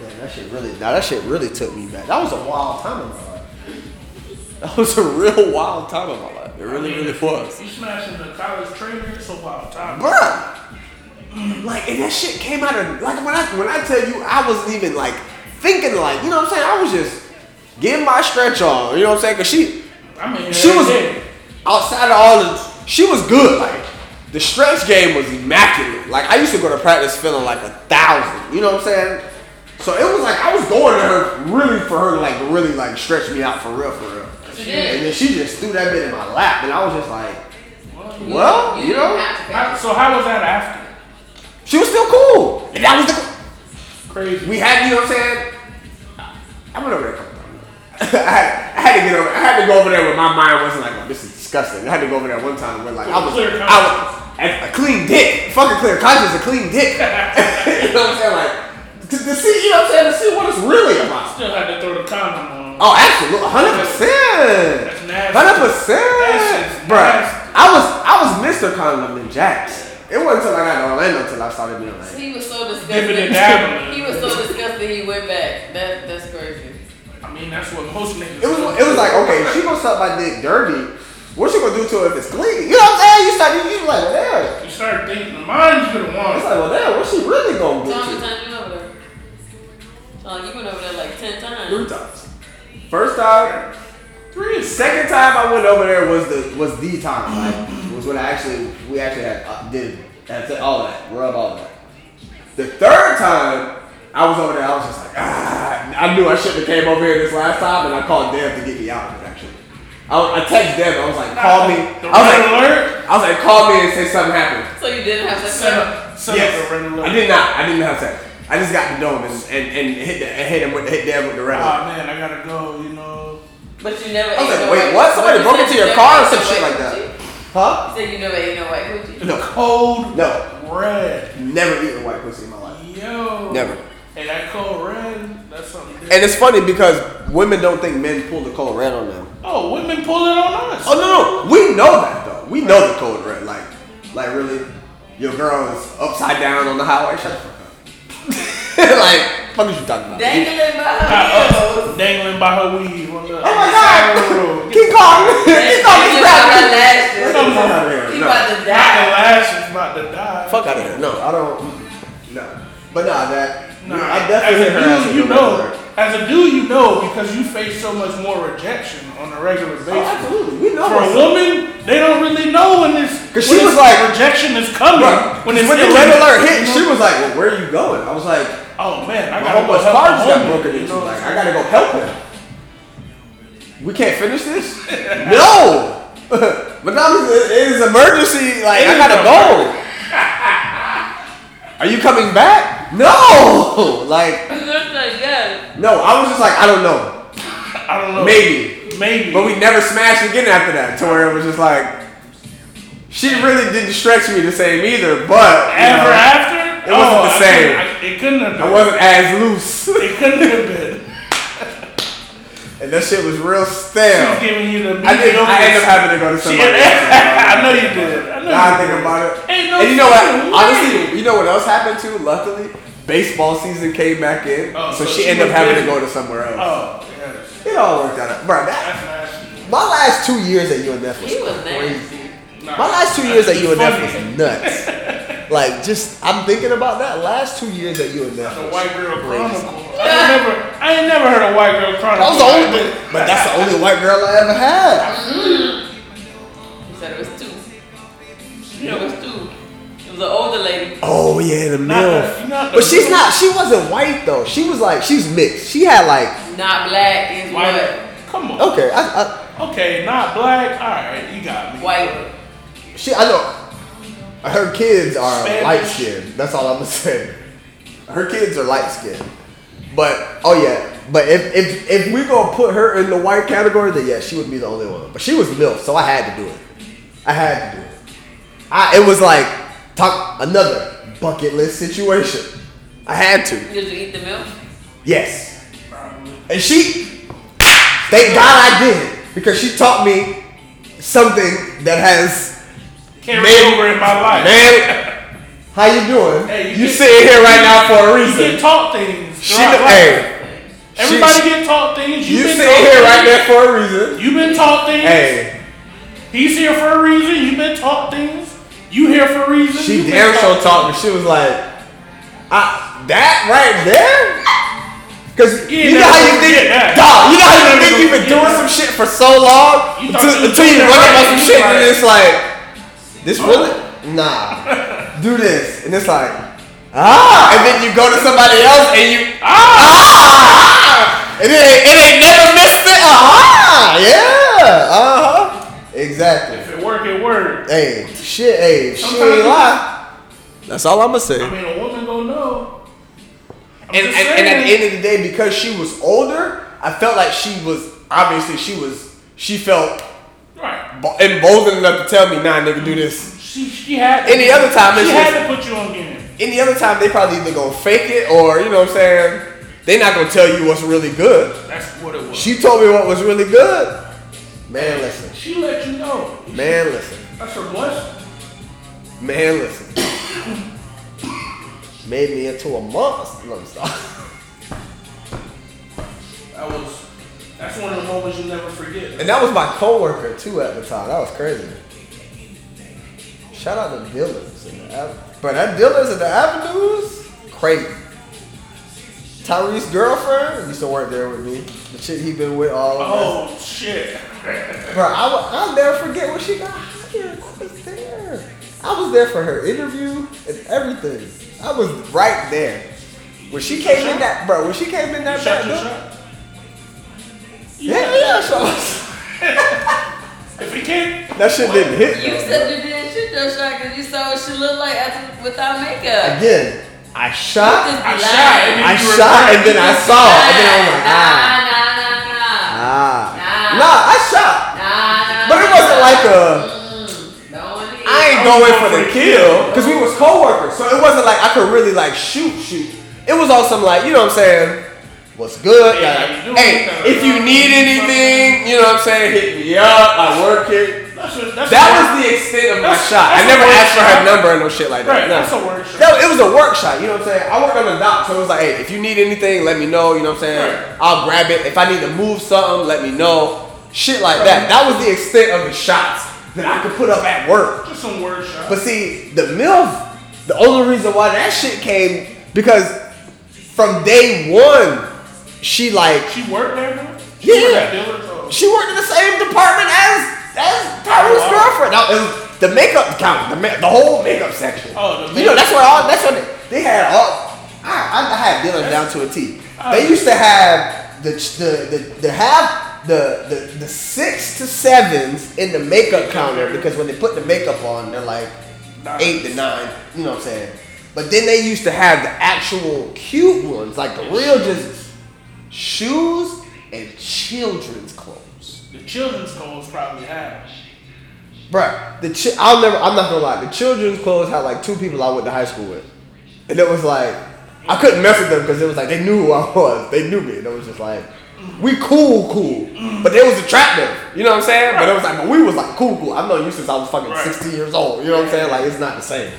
man, that shit really now that shit really took me back. That was a wild time in my life. That was a real wild time in my life. It really, really was. You smashing the college trainer, it's a wild time. Bruh. Like and that shit came out of like when I when I tell you I wasn't even like thinking like, you know what I'm saying? I was just getting my stretch on, you know what I'm saying? Cause she I mean, she was yeah. outside of all the she was good. Like the stretch game was immaculate. Like I used to go to practice feeling like a thousand. You know what I'm saying? So it was like I was going to her really for her to like really like stretch me out for real for real. She And did. then she just threw that bit in my lap and I was just like, Well, well, you didn't know, have to how- so how was that after? she was still cool. And that was the Crazy. we had, you know what I'm saying? I went over there a couple times. I, had, I had to get over. I had to go over there with my mind wasn't like, oh, this is disgusting. I had to go over there one time and went like, I was, Clear I was a clean dick. Fucking clear conscience, a clean dick. you know what I'm saying? Like, to, to see, you know what I'm saying? To see what it's really about. Still had to throw the condom on. Oh, absolutely, hundred percent, That's nasty. hundred percent, That shit's bro. nasty. I was, I was Mr. Condom in Jax. It wasn't until I got to Orlando until I started being like, He was so Dividend avenue. disgusted. He was so disgusted he went back. That that's crazy. I mean, that's what most niggas. It was it was like okay, if she gonna suck my dick dirty, what's she gonna do to it if it's clean? You know what I'm saying? You start you, you like well, damn. You start thinking, mine's been It's like one. well damn, what's she really gonna So do how many to it? times you went over there? Oh, you went over there like ten Three times. times. First time, Three is second time I went over there was the was the time like was when I actually we actually had uh, did that's it, all that rub all that. The third time I was over there, I was just like ah, I knew I shouldn't have came over here this last time, and I called Dev to get me out of it actually. I, I texted Dev, I was like call me. The I was red like. alert. I was like, call me and say something happened. So you didn't have sex. with Set her? up, set up yes. the red alert. I did not. I didn't have sex. I just got to know him and, and, and hit the, and hit him with hit dad with the Oh round. man, I gotta go. You know. But you never. I was ate like, no wait, white- what? Somebody you broke said into you your never car or ate no some shit white like that. coochie? Huh? You said you never ate no white coochie. No. Cold No. red. Never eaten white pussy in my life. Yo. Never. Hey, that cold red. That's something. Different. And it's funny because women don't think men pull the cold red on them. oh, women pull it on us. Oh no no, we know that though. We know the code red. Like, like really, your girl is upside down on the highway. Shut the fuck up. like, fuck is you talking about? Dangling by Got her us heels. dangling by her weave. On the, Oh my god! King Kong! King Kong is Dangling by her grabbing. Fuck out of here! lashes. He No. about to Not the die. lashes, about to die. Fuck out of here! No, I don't. No, but nah, that. Nah, I definitely hit her ass as a with dude, you the know. leather. As a dude, you know because you face so much more rejection on a regular basis. Oh, absolutely. We know. For a her. woman, they don't really know when this. 'Cause when she this was like- rejection is coming. Bruh, when when, it's the hitting red you. alert hit, she was like, "Well, where are you going?" I was like, Oh man, I "My gotta go homeboy's help car my just got homie, broken you into. know? Like, I gotta go help him. We can't finish this. no, but now it's- it is emergency. Like, I It is gotta an go. Are you coming back? No. Like, That's like, yeah. no. I was just like, I don't know. I don't know. Maybe. Maybe. But we never smashed again after that, to where it was just like, she really didn't stretch me the same either, but you ever know, after it wasn't Oh, the I same. couldn't- I- it couldn't have I been. wasn't as loose. It couldn't have been. And that shit was real She's stale. giving you the. I did. I ended up having to go to She, somebody else. I know you did. I know Now I you think did. about it. Ain't no And you know fucking what? way. Honestly, you know what else happened too? Luckily, baseball season came back in, Oh, so so she she ended up was having to busy. go to somewhere else. Oh, yes. It all worked out, bro. That, That's nasty. my last two years at UNF was He was crazy. nasty. Nah. My last two years at That's UNF funny. was nuts. like, just I'm thinking about that. Last two years at UNF, The was- White Girl Chronicle. I never, I ain't never heard of White Girl Chronicle. that was the only, but that's the only white girl I ever had. He said it was two. Yeah, it was two. It was an older lady. Oh yeah, the Not the- milf. not the But she's milf. not. She wasn't white though. She was like she's mixed. She had like Not black is White. what? Come on. okay. I, Okay, not black. All right, you got me. White. I she I know her kids are Spanish. light skinned. That's all I'm gonna say. Her kids are light skinned. But oh yeah. But if if if we gonna put her in the white category, then yeah, she would be the only one. But she was milf, so I had to do it. I had to do it. I it was like talk another bucket list situation. I had to. Did you eat the milk? Yes. And she, thank God I did, because she taught me something that has Carry Maybe- over in my life. man. How you doing? Hey, you you get- sitting here right now for a You reason. get taught things She Right, kn- right. hey. she- Everybody she- get taught things. you You've been sitting taught here right things. there for a reason. You've been taught things. Hey, He's here for a reason. You've been taught things. You here for a reason. she You've been damn sure taught- talked to. She was like, I, that right there. Cause You ain't you know never how you gonna think, get that. dog. You know how you You never think gonna you've been get doing that. some shit for so long You until, thought you was until you doing run it out right, some you shit and right. it's like, this really nah. Do this and it's like ah, and then you go to somebody else and you ah, and it ain't, it ain't never missed it. Ah, yeah, uh huh, exactly. If it work, it work. Hey, shit, hey, she Sometimes ain't you- lie. That's all I'ma say. I mean, a woman gonna know. I'm and, just and, and at the saying. end of the day, because she was older, I felt like she was obviously she was she felt right. bo- emboldened enough to tell me, nah, nigga, do this. She, she had. to- Any other time, she it's had to put you on game. Any other time, they probably either gonna fake it or you know what I'm saying. They not gonna tell you what's really good. That's what it was. She, She told me what was really good. Man, listen. let you know. Man, listen. That's her blessing. Man, listen. Made me into a monster. No, I'm sorry. That was. That's one of the moments you never forget. And that was my coworker too at the time. That was crazy. Shout out to Dillers and the Ave- but that Dillers and the Avenues, crazy. Tyrese's girlfriend used to work there with me. The chick he been with all. Oh. Oh shit. Oh. Bro, I will I'll never forget when she got hired. I was there. I was there for her interview and everything. I was right there. When she came in that, bro, when she came in that back Shot your door, shot. yeah, yeah, so- If it can't, that shit didn't hit. You though, bro. said you didn't shoot your shot because you saw what she looked like after, without makeup. Again, I Oh, shot. Just I be shot lying. and I shot and then I saw. And then I was like, ah. nah, nah, nah, nah, Ah. Nah. Nah, I shot. nah, nah. But it wasn't like a. Mm, don't need I ain't going I was going for the Oh, for the kill because we was coworkers, so it wasn't like I could really like shoot, shoot. It was on some like you know what I'm saying. What's good? Yeah, like, you do hey, something. if you need anything, you know what I'm saying. Hit me up. I work it. that's what, that's That was what- the extent of my That's- shot. I that's never a work asked for her shot. number or no shit like that. Right, no. that's a work shot. No, it was a work shot. You know what I'm saying? I worked on the dock, so it was like, hey, if you need anything, let me know. You know what I'm saying? Right. I'll grab it. If I need to move something, let me know. Shit like that. That was the extent of the shots that I could put up at work. Just some word shots. But see, the MILF, the only reason why that shit came because from day one, she like she worked there. though? She worked Yeah. at Dillard's, oh. she worked in the same department as as Tyrone's Wow. girlfriend. Now, it was the makeup counter, the, ma- the whole makeup section. Oh, the you know makeup. that's what all that's what they, they had all. I, I had Dylan down to a T. Oh. They used to have the ch- the the, the half the, the the six to sevens in the makeup counter because when they put the makeup on, they're like Nine. eight to nine. You know what I'm saying? But then they used to have the actual cute ones, like the real just shoes and children's clothes. The children's clothes probably have. Bruh, the chi- I'll never. I'm not gonna lie. The children's clothes had like two people I went to high school with, and it was like I couldn't mess with them because it was like they knew who I was. They knew me, and it was just like we cool, cool. But they was attractive. You know what I'm saying? But it was like, but we was like cool, cool. I've known you since I was fucking Right. 16 years old. You know what I'm saying? Like it's not the same.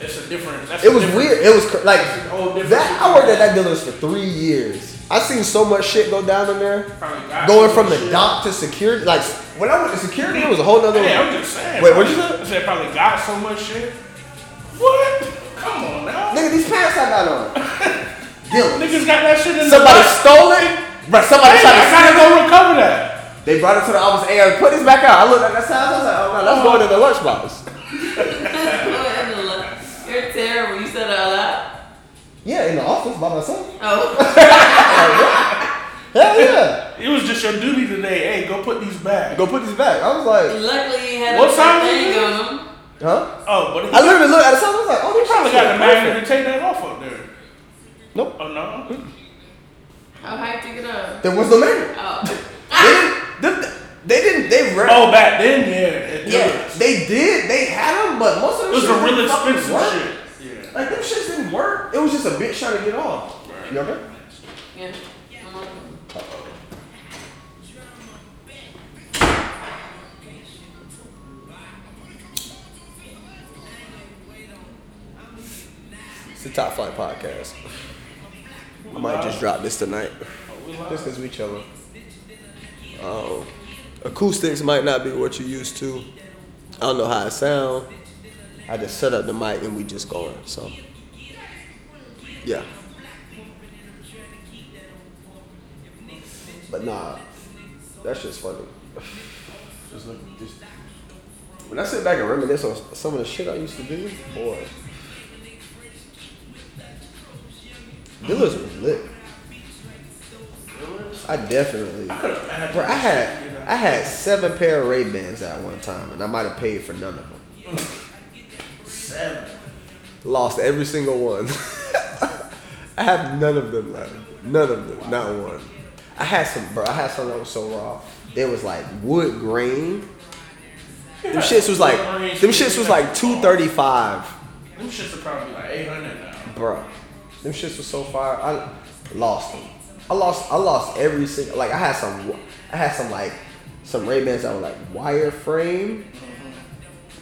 It's a different. That's It a was different- weird. It was cr- like It's a whole different- that. I worked at that dealer's for three years. I seen so much shit go down in there. Probably got Going some from the shit. dock to security, like when I went to security, it was a whole nother. Hey, I'm just saying. Wait, bro. what'd you say? I said probably got so much shit. What? Come on now. Nigga, these pants I got on. Dylan. Niggas got that shit in Somebody the. stole it? Bro, somebody Hey, tried I to gotta steal go recover that. it. They brought it to the office. Hey, uh, put this back out. I looked at that size. I was like, oh, no, that's Oh. going to the lunchbox. You're terrible. You said it out loud. Yeah, in the office by myself. Oh, Hell yeah. It was just your duty today. Hey, go put these back. Go put this back. I was like, luckily you had What a time thing is it? on them. huh? Oh, but he I literally looked at the size. I was like, oh, they probably got the manager to take that off up there. Nope. Oh no. How hyped you get up? There was no manager. Oh, They didn't, they, they didn't, they re- Ah. Oh, back then, yeah. It Yeah, was. they did. They had them, but most of It them was shit a real didn't fucking expensive work. shit. Yeah. Like, them shits didn't work. It was just a bitch trying to get off. Right. You okay? yeah. I'm on. It's a top flight podcast. I might just drop this tonight. Just because we chilling. Um, acoustics might not be what you're used to. I don't know how it sound. I just set up the mic and we just going. So, yeah. But nah, that's just funny. Just look, just When I sit back and reminisce on some of the shit I used to do, boy. Dealers was lit. I definitely. Bro, I had I had seven pair of Ray Bans at one time, and I might have paid for none of them. Seven. Lost every single one. I have none of them left. None of them. Not one. I had some, bro. I had some that was so raw. There was like wood grain. Them shits was like, them shits was like two thirty five, Them shits are probably like 800 now. bro. Them shits was so fire. I lost them. I lost. I lost every single. Like I had some. I had some like some Ray Bans that were like wireframe.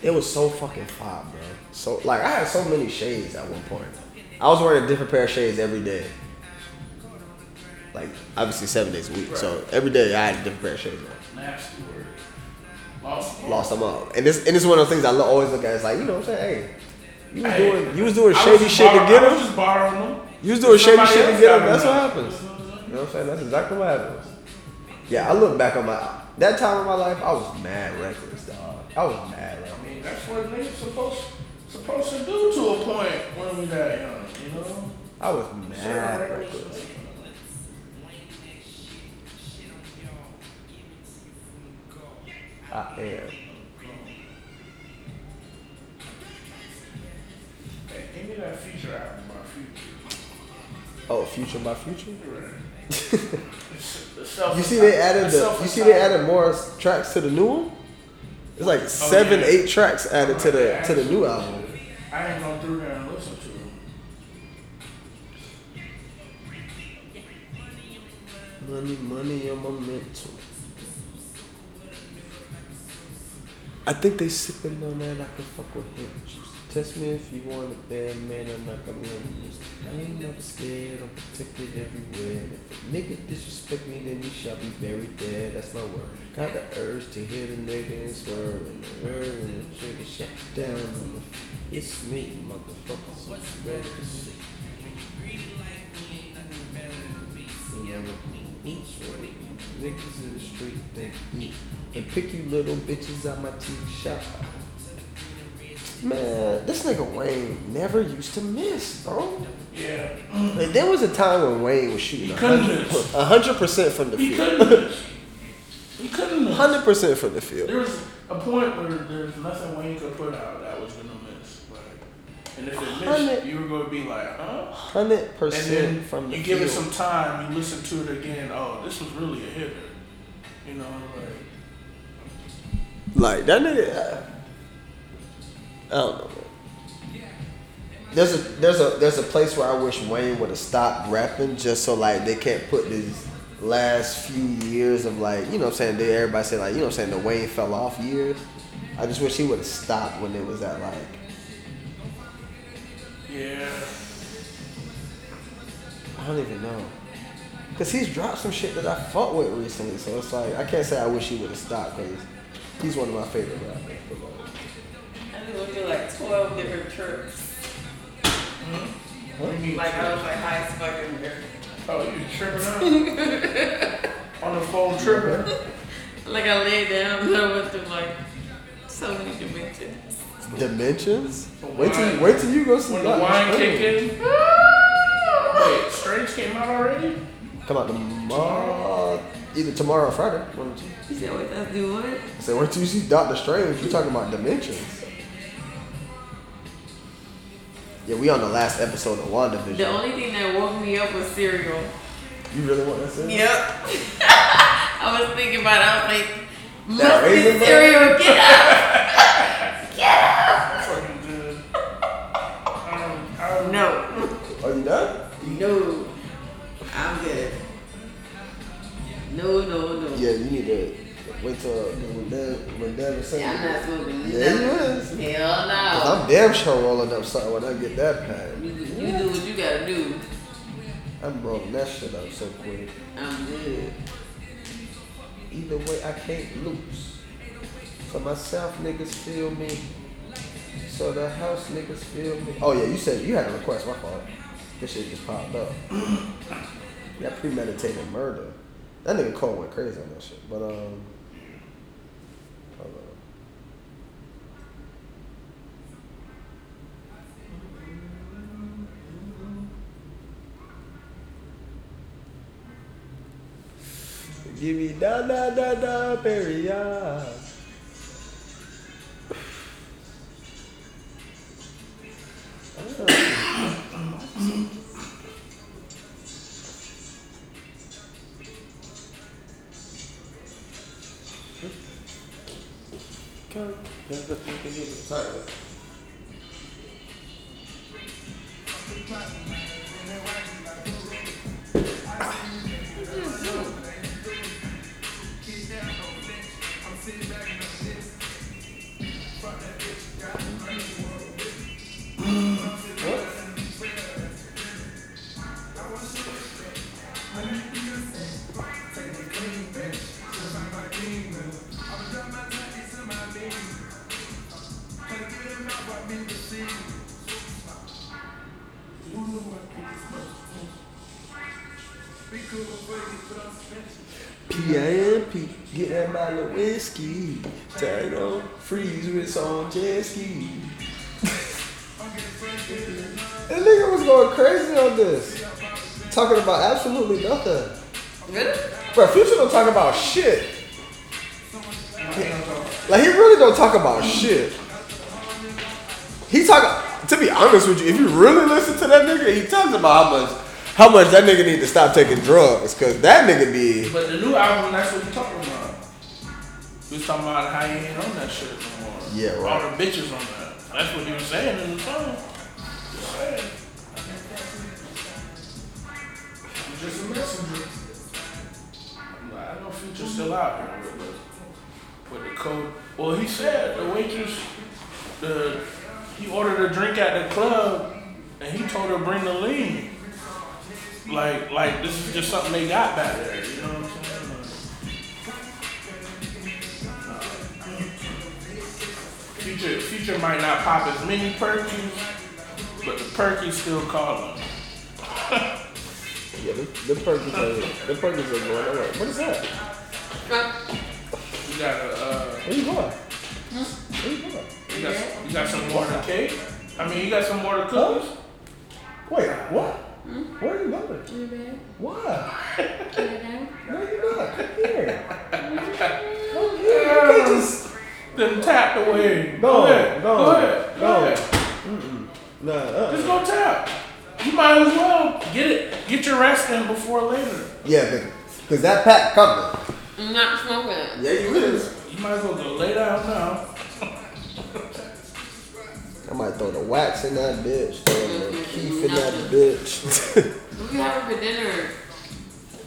It was so fucking fire, bro. So like I had so many shades at one point. I was wearing a different pair of shades every day. Like obviously seven days a week. So every day I had a different pair of shades on. Nasty word. Lost. Lost them all. And this and it's one of those things I lo- always look at. It's like, you know what I'm saying? Hey, you was Hey. doing you was doing I was shady just shit to borrow- get I was them. just borrowing them. You was doing shady Somebody shit to else get them. got That's what them. happens. You know what I'm saying? That's exactly what happens. Yeah, I look back on my that time in my life, I was mad reckless, dog. I was mad reckless. I mean, that's what niggas supposed supposed to do to a point when we that young, you know? I was mad reckless. I am. Hey, give me that feature album by Future. Oh, future by future. The self- You see, they added the. self- You see, they added more s- tracks to the new one. It's like seven, yeah. eight tracks added to the to the new album. I ain't gonna through there and listen to them. Money, money on my mental. I think they sipping on that. I can fuck with him. Test me if you want it, damn man. I'm not gonna lose. I ain't never scared. I'm protected everywhere. And If a nigga disrespect me, then he shall be buried dead. That's my word. Got the urge to hit a nigga and swerve and the herb and the trigger shut down. on the- It's me, motherfuckers. I'm ready to see. Yeah, but me, shorty. Niggas in the street think me. And pick you little bitches out my TV shop. Man, this nigga Wayne never used to miss, bro. Yeah. Like, there was a time when Wayne was shooting a couldn't hundred miss. a hundred percent from the He field. couldn't miss. He couldn't miss. hundred percent from the field. There was a point where there's nothing Wayne could put out that was gonna miss. Like, and if it Hundred- missed, you were gonna be like, huh? Hundred And then percent from the you field. give it some time, you listen to it again. Oh, this was really a hitter. You know, like Like that nigga. I, I don't know. man. There's a there's a there's a place where I wish Wayne would have stopped rapping just so like they can't put these last few years of like you know what I'm saying they everybody said like you know what I'm saying the Wayne fell off years. I just wish he would have stopped when it was at like yeah, I don't even know. Cause he's dropped some shit that I fought with recently, so it's like I can't say I wish he would have stopped because he's one of my favorite rappers. I think we do like 12 different trips. What do you mean? Like, I was like high as fuck in here. oh, you tripping out on the phone tripping? Like, I laid down and I went through like so many dimensions. Dimensions? But Wait till why- wait till you go see When the Doctor wine Strange. kicked in. Wait, Strange came out already? Come out tomorrow, either tomorrow or Friday. One of the two. You said, wait, that's do what? So wait till you see Doctor Strange. We're talking about dimensions. Yeah, we on the last episode of WandaVision. The only thing that woke me up was cereal. you really want that series? Yep. I was thinking about it. I was like, That must be Raisin Bran? cereal. Get out. Fucking good. Um, I don't No. Are you done? No. I'm good. No, no, no. Yeah, you need to wait till when Dev when Dev is saying. Yeah, I'm not smoking. Yeah, you nothing. is. Hell no. I'm damn sure rolling up something when I get that pack. You, you do what you gotta do. I broke that shit up so quick. I'm good. Either way, I can't lose. So my South niggas feel me. So the house niggas feel me. Oh yeah, you said you had a request. My fault. This shit just popped up. that premeditated murder. That nigga Cole went crazy on that shit. But um, hold on. Give me da da da da Perry. yeah. Sorry. PIMP, get that bottle of whiskey. Turn on, freeze with some jet ski. that nigga was going crazy on this. Talking about absolutely nothing. Really? Bro, Future don't talk about shit. Like he really don't talk about shit. He talk to be honest with you, if you really listen to that nigga, he talks about how much how much that nigga need to stop taking drugs, cause that nigga be But the new album, that's what we talking about. We was talking about how he ain't on that shit no more. Yeah, right. All the bitches on that. That's what he was saying in the song. Just saying. I'm just a messenger. I'm like, I know Future's still out here, but- but with the code. Well, he said the waitress, the he ordered a drink at the club, and he told her bring the lean. Like, like this is just something they got back there. You know what I'm saying? Like, Future, Future might not pop as many perkies, but the perkies still calling. Yeah, the, the Perkins are the Perkins are going away. What is that? Huh? You got a, uh, Where you going? Where you going? you got, some- you got some more to cake. I mean, you got some more to cookies. Wait, what? Where are you going? In the bed? Why? In the bed? No, you're not. Come here. Come here. You can't just. Then tap the way. No, go ahead, no, go ahead, go no. ahead. Nah, uh. Just go tap. You might as well get it, get your rest in before later. Yeah, because that pack coming. I'm not smoking it. Yeah, you is. You might as well go lay down now. I might throw the wax in that bitch, throw the keef in that bitch. What you having for dinner?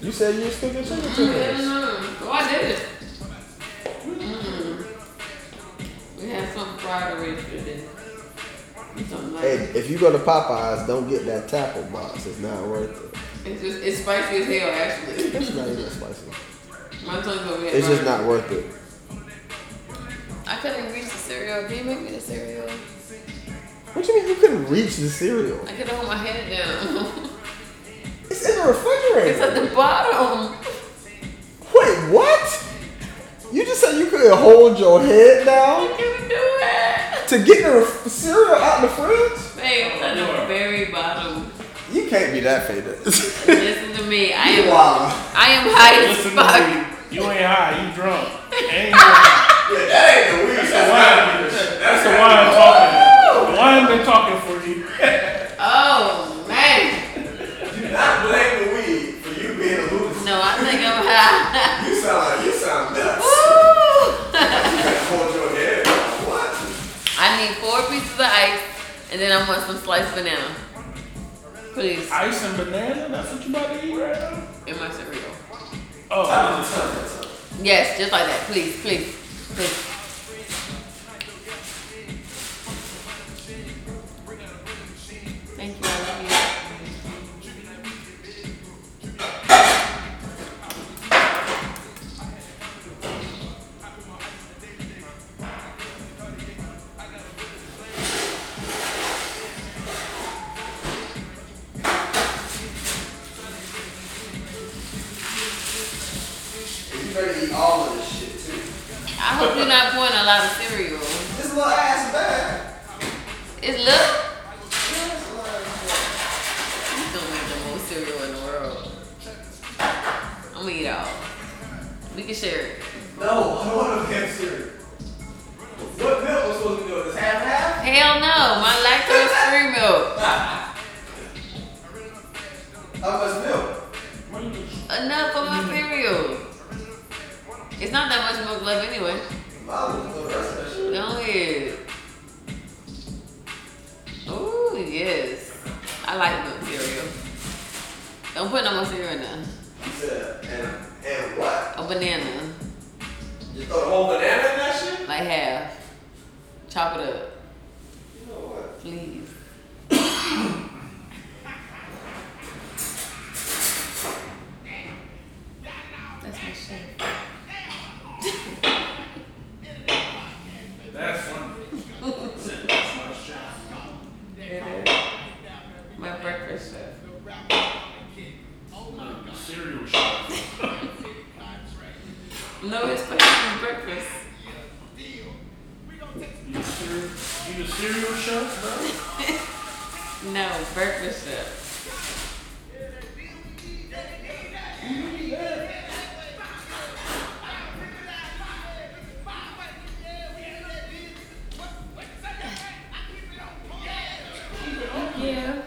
you said you was thinking chicken Mm, I tenders. don't know. Oh, I did it. Mm. Mm-hmm. We had some fried already for dinner. Something like Hey, if you go to Popeyes, don't get that taco box. It's not worth it. It's just it's spicy as hell actually. It's not even spicy. My tongue's over here. It's just burning. not worth it. I couldn't reach the cereal. Can you make me the cereal? What you mean you couldn't reach the cereal? I could hold my head down. It's in the it's refrigerator. at the bottom. Wait, what? You just said you couldn't hold your head I down can't do it. to get the ref- cereal out the fridge? Babe, it's at Oh, the very bottom. You can't be that faded. Listen to me. I am wow. I am high as Listen to fuck. me. You ain't high. You drunk. Ain't no- that ain't the weed. That's the wine talking. The wine been talking for you. Oh man. Do not blame the weed for you being a loser. No, I think I'm high. You sound like you sound nuts. Woo! Hold your head. What? I need four pieces of ice and then I want some sliced banana. Please. Ice and banana. That's what you about to eat right now. In my cereal. Oh, Yes, just like that. Please, please, please. Thank you. I love you. we not pouring a lot of cereal. This little ass bad. It's look. This little ass You still make the most cereal in the world. I'm gonna eat all. We can share it. bad. No, I don't want to damn cereal. What milk was supposed to be doing? This half and half? Hell no, my lactose free milk. How much milk? Enough for my cereal. It's not that much milk left anyway. Mom was the rest of that shit. Go ahead. Ooh, yes. I like milk cereal. Don't put no more cereal in there. You said, and, and what? A banana, You throw the whole banana in that shit? like half. Chop it up, You know what? please. That's my shit. That's one. That's my shit. My breakfast chef. Like, Cereal shop. No, it's my breakfast. You a cereal, you a cereal chef, bro? No, breakfast chef. Yeah.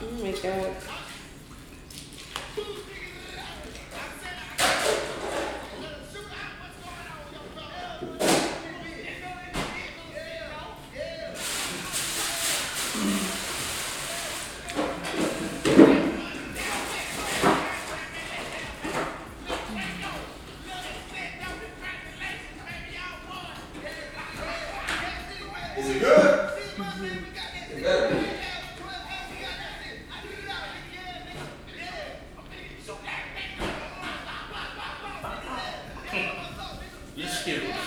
Oh my god. Is it good? It better be. Your Skittles.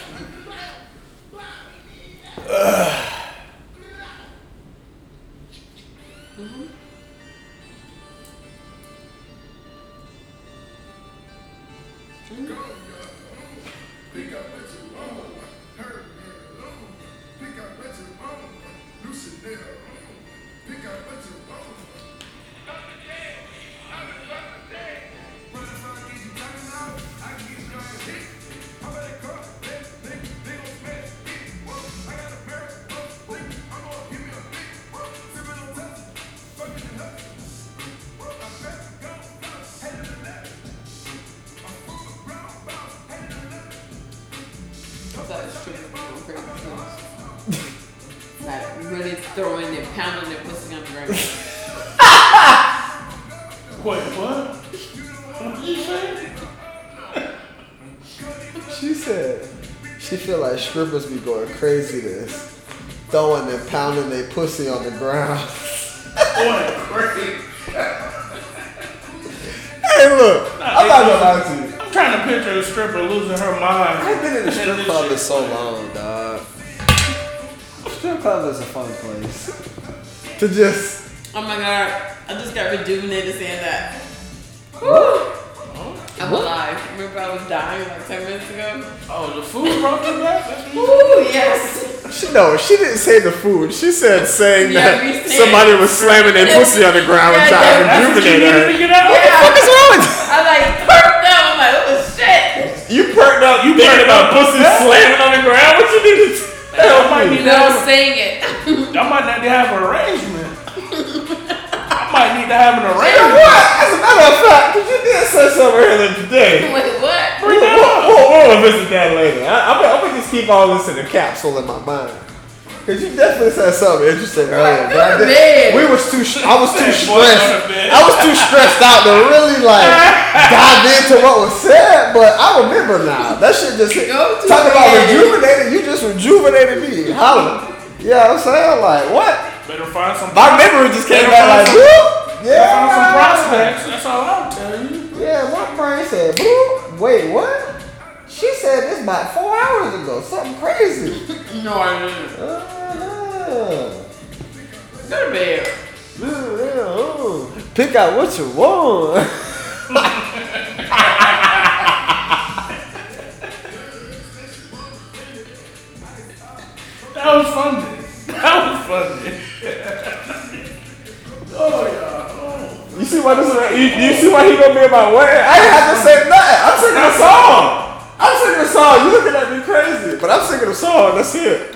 That is true. Like really throwing it, pounding it, pussy on the ground. Wait, what? What did you say? She said she feel like strippers be going crazy this. Throwing and pounding their pussy on the ground. Boy, great. hey look, I'm not gonna lie to you. I'm trying to picture a stripper losing her mind. I've been in the strip this club in shit. so long, dog. Strip club is a fun place. To just Oh my god, I just got rejuvenated saying that. I'm alive. Remember I was dying like 10 minutes ago? Oh, the food brought you back? That's what Ooh, yes. she no, she didn't say the food. She said saying Yeah, we that said- somebody was slamming their pussy on the ground and Yeah, trying yeah, to you rejuvenate needed her. to get out? What the fuck is wrong with I like perked up. I'm like, oh shit. you? You perked up. You perked about pussy slamming on the ground. What you need to I might need to You have, saying it. a- I might need to have an arrangement. I might need to have an You know arrangement. what? As a matter of fact, 'cause you did say something earlier today. Wait, what? We'll, we'll, we'll revisit that later. I, I'm, gonna- I'm gonna just keep all this in a capsule in my mind. Cause you definitely said something interesting earlier, but I go to didn't- bed. we was too. sh- I was too Boy, go to stressed. bed. I was too stressed out to really like dive into what was said. But I remember now. That shit just hit. Go to talk about bed. rejuvenated. You just rejuvenated me. Holla. Yeah, I'm saying like what? Better find some. My memory just came back like, whoop. better Yeah, find some prospects. That's all I'll tell you. yeah, my brain said, Boop. wait, what? She said this about four hours ago. Something crazy. No, I didn't. Uh-huh. Go to bed. Ooh, ooh, ooh. Pick out what you want. why he gonna be in my way. I ain't have to say nothing. I'm singing a That's song. all. I'm singing a song. You looking at me Crazy. But I'm singing a song. That's it.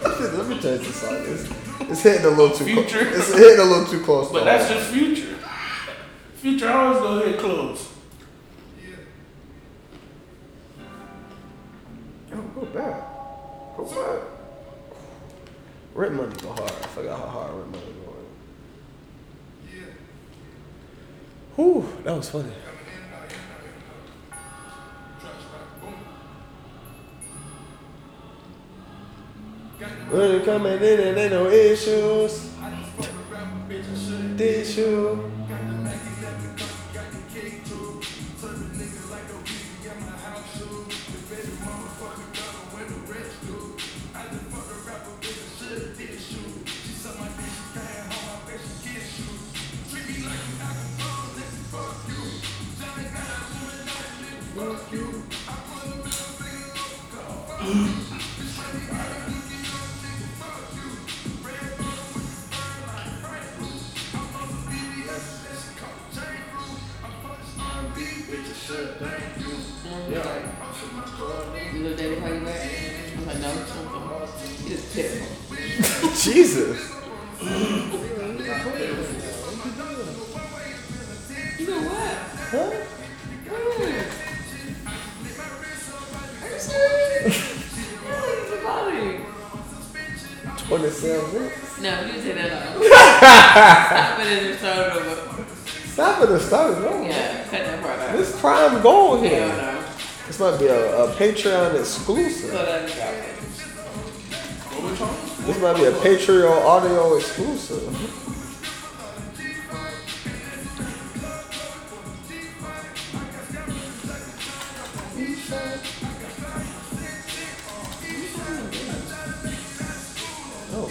Let me change the song. It's, it's hitting a little too close. Future. It's hitting a little too close. But to that's home. just future. Future always go hit close. Oh, bad. For what? Rent money go hard. I forgot how hard rent money go. Whew, that was funny. When it coming in and ain't no issues. Issue. You looked at it how you were? I was like, no, it's something. You just pitiful. Jesus. You know what? Huh? Mm. Are you serious? I don't think it's bothering you. 27 minutes. No, you did that off. Stop it and just start it over. Stop it and start it over. Yeah, cut that part out. This prime gold Hell here. no. This might be a, a Patreon exclusive. So that's dropping. What we talking? This might be a Patreon audio exclusive. Oh, look.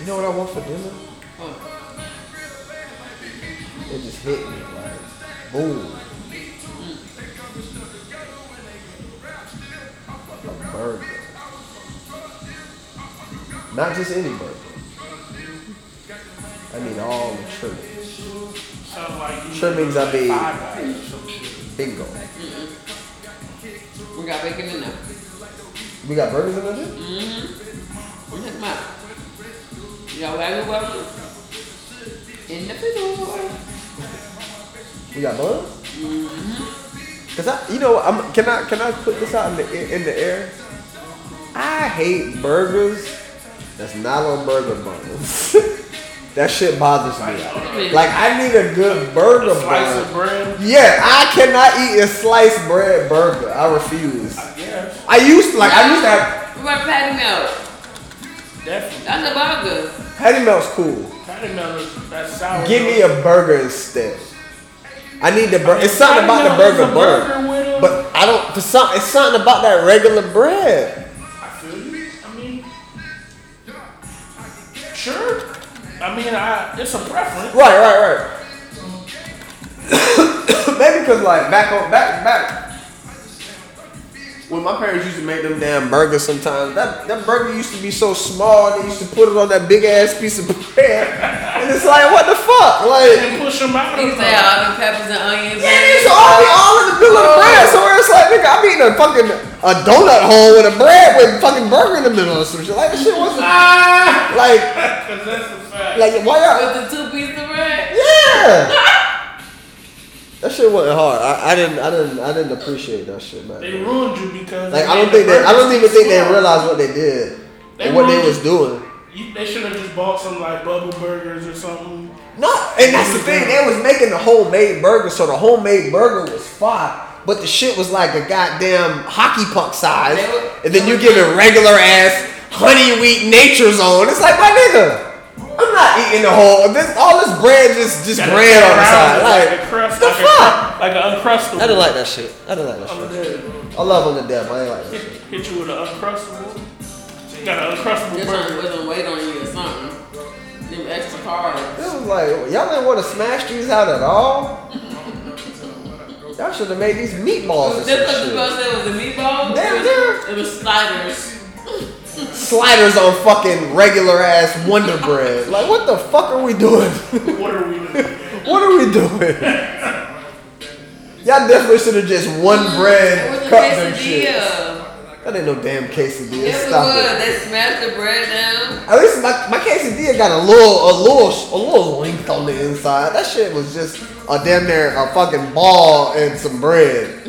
You know what I want for dinner? Oh, It just hit me like, boom. A burger. Not just any burger. I mean all the trimmings. Sound like you Trimmings, I mean. Five guys or some shit. Bingo. we got bacon in there. We got burgers in there? Look, ma. Y'all have a welcome. In the middle. We got buns? Cause I, you know, I'm, can I can I put this out in the air- in the air? I hate burgers. That's not on burger buns. that shit bothers me. Like I need a good burger Slice of bun. bread. Yeah, I cannot eat a sliced bread burger. I refuse. I guess. I used to like I used to have What about patty melt? Definitely. That's a burger. patty melt's cool. Patty melt is that sour. Give me a burger instead. I need the burger. It's something Patty about the melt is burger a bun. with a- But I don't. For some, it's something about that regular bread. I feel you. I mean, sure. I mean, I it's a preference. Right, right, right. Maybe because like back on back back when my parents used to make them damn burgers, sometimes that that burger used to be so small they used to put it on that big ass piece of bread, and it's like what the fuck, like. And push them out. You of say there. all the peppers and onions. Yeah, it's all, be all in the middle of the bread, so it's like, nigga, I'm eating a fucking a donut hole with a bread with fucking burger in the middle or some shit. Like, this shit wasn't Ah, like, 'cause that's a fact. like why y'all? With the two pieces of bread. Yeah. that shit wasn't hard. I, I didn't I didn't I didn't appreciate that shit, man. They ruined you because Like they I made don't the think they I don't burgers even think they small. realized what they did They and what they ruined was it. doing. You, they should have just bought some like bubble burgers or something. No, and that's the thing. They was making the homemade burger, so the homemade burger was fire. But the shit was like a goddamn hockey puck size, They were- and then you give it regular ass honey wheat nature zone. It's like my nigga, I'm not eating the whole. This all this bread just just Got a bread on the round, side. like, a Like crust, the like a- fuck. like an uncrustable. I didn't like that shit. I didn't like that shit. I love on the depth. I ain't like that shit. Hit you with an uncrustable. Got an uncrustable They're trying to burger. put some weight on you or something. Them extra carbs. It was like y'all didn't want to smash these out at all. Y'all should have made these meatballs. Or Just because some you shit. supposed to say it was a meatball, Damn, it was, it was sliders. sliders on fucking regular ass Wonder Bread. Like, what the fuck are we doing? What are we doing? what are we doing? Y'all definitely should have just one Or bread the cups and shit. quesadilla. That ain't no damn quesadilla. Yes, it Stop would. it. They smashed the bread down. At least my, my quesadilla got a little, a little, a little length on the inside. That shit was just a damn near a fucking ball and some bread.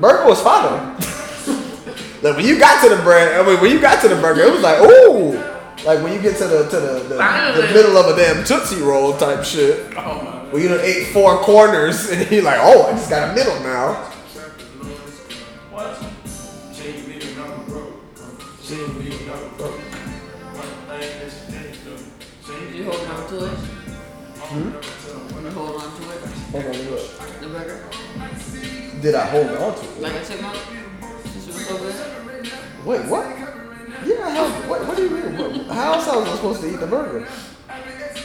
Burger was fine though. like when you got to the bread, I mean when you got to the burger, it was like ooh, like when you get to the to the, the, the Finally. middle of a damn tootsie roll type shit. Oh my Well, you done ate four corners, and you're like, oh, I just got a middle now. What? Did you hold on to it? Hmm? You hold on to it? Hold on, look. The burger? Did I hold on to it? Like a chipmunk? Since it was so good? Wait, what? Yeah, how, what, what do you mean? What, how else was I supposed to eat the burger?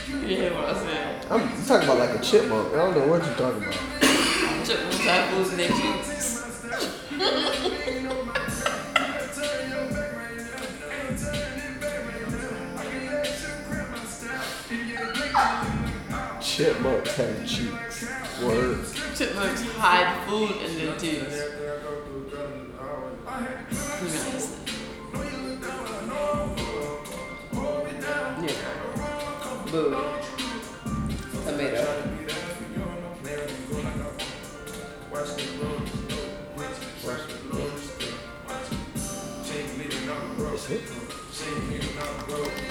You didn't hear what I said. I'm you talking about like a chipmunk. I don't know what you're talking about. Chipmunks have food next Chipmunks have cheeks. Word. Chipmunks hide food in their teeth. You're not listening. You're not. Boo. Tomato. That's it.